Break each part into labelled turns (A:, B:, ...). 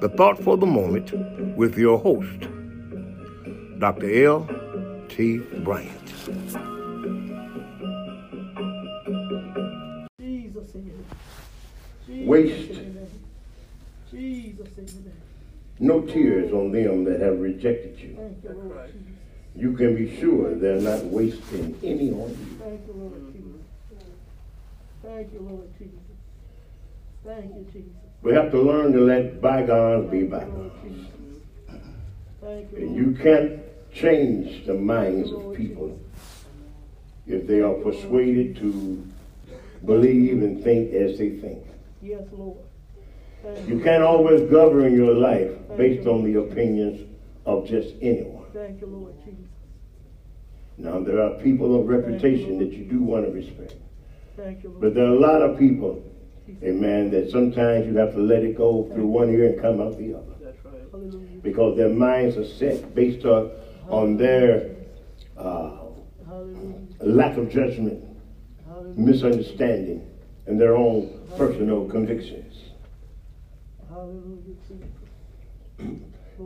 A: the thought for the moment with your host, Dr. L.T. Bryant.
B: Jesus in your name. Jesus
A: Waste.
B: in your name. Jesus in your name.
A: No tears on them that have rejected you.
B: Thank you, Lord Jesus.
A: You can be sure they're not wasting any on you.
B: Thank you,
C: Mm-hmm.
B: Lord Jesus. Thank you, Lord Jesus. Thank you, Jesus.
A: We have to learn to let bygones be
B: Thank you, Lord
A: bygones.
B: Jesus. Thank you,
A: And
B: Lord.
A: you can't change the minds of people if they are persuaded to believe and think as they think.
B: Yes, Lord. Thank
A: You
B: you.
A: can't always govern your life based on the opinions of just anyone.
B: Thank you, Lord Jesus.
A: Now, there are people of reputation that you do want to respect,
B: Thank you,
A: but
B: Lord.
A: there are a lot of people,
B: Jesus.
A: amen, that sometimes you have to let it go through one ear and come out the other.
C: That's right.
B: Hallelujah.
A: because their minds are set based on, on their uh,
B: Hallelujah.
A: lack of judgment,
B: Hallelujah.
A: misunderstanding, and their own personal convictions.
B: Hallelujah, Jesus.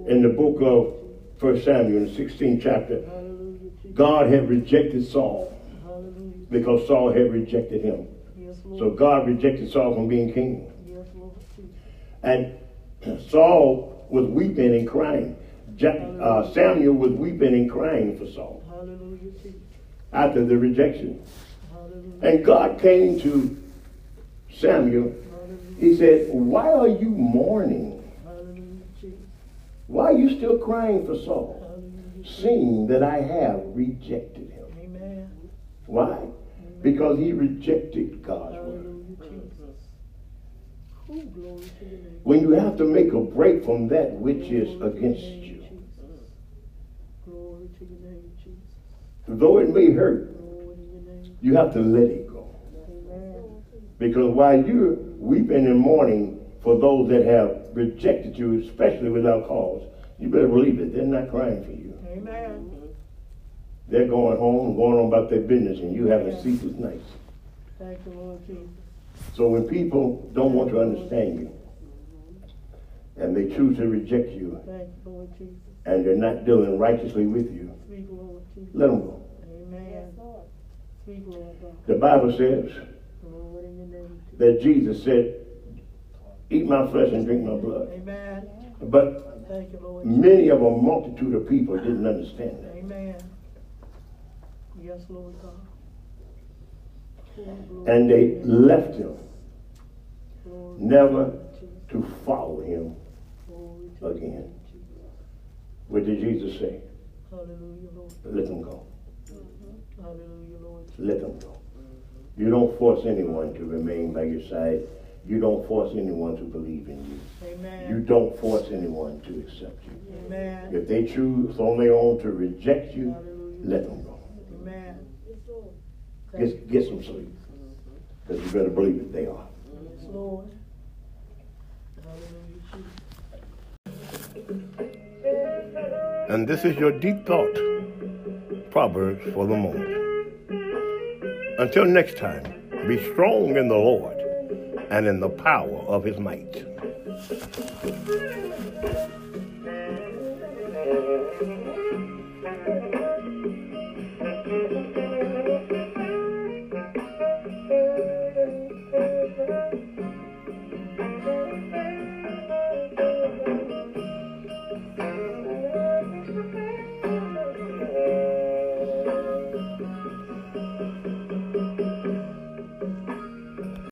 A: In the book of First Samuel, the 16th chapter,
B: Hallelujah, Jesus.
A: God had rejected Saul
B: Hallelujah.
A: because Saul had rejected him.
B: Yes,
A: So
B: Lord.
A: God rejected Saul from being king.
B: Yes, Lord Jesus.
A: And Saul was weeping and crying. Ja- uh, Samuel was weeping and crying for Saul
B: Hallelujah, Jesus.
A: after the rejection.
B: Hallelujah.
A: And God came to Samuel.
B: Hallelujah.
A: He said, Why are you mourning?
B: Hallelujah, Jesus.
A: Why are you still crying for Saul?
B: Hallelujah.
A: Seeing that I have rejected him.
B: Amen.
A: Why? Because he rejected God's word.
B: Hallelujah, Jesus. Oh, glory to your name.
A: When you have to make a break from that which
B: Glory
A: is
B: to your
A: against
B: name,
A: you,
B: Jesus. Glory to your name, Jesus.
A: though it may hurt,
B: Glory to your name.
A: you have to let it go.
B: Amen.
A: Because while you're weeping and mourning for those that have rejected you, especially without cause, you better believe it, they're not crying for you.
B: Amen.
A: They're going home, going on about their business, and you having sleepless nights.
B: Thank you, Lord Jesus.
A: So when people don't want to understand you, and they choose to reject you,
B: Thank you, Lord Jesus.
A: and they're not dealing righteously with you,
B: Speak, Lord Jesus.
A: let them go.
B: Amen. Speak, Lord God.
A: The Bible says
B: Glory to your name, Jesus.
A: that Jesus said, "Eat my flesh and drink my blood."
B: Amen.
A: But
B: Thank you, Lord Jesus.
A: many of a multitude of people didn't understand that,
B: Amen. Yes, Lord God. Glory, glory,
A: and they
B: glory,
A: left him,
B: glory,
A: never
B: Jesus,
A: to follow him.
B: glory to your
A: again.
B: name, Jesus.
A: What did Jesus say?
B: Hallelujah, Lord.
A: Let them go.
B: Hallelujah, Lord. Jesus.
A: Let them go. You don't force anyone to remain by your side. You don't force anyone to believe in you. You
B: Amen.
A: don't force anyone to accept you.
B: Amen.
A: If they choose on their own to reject you,
B: Hallelujah.
A: let them go.
B: Amen. Thank you,
A: Get, get some sleep. Because you better believe it, they are.
B: Yes, Lord. Hallelujah, Jesus.
A: And this is your deep thought, Proverbs for the moment. Until next time, be strong in the Lord and in the power of his might.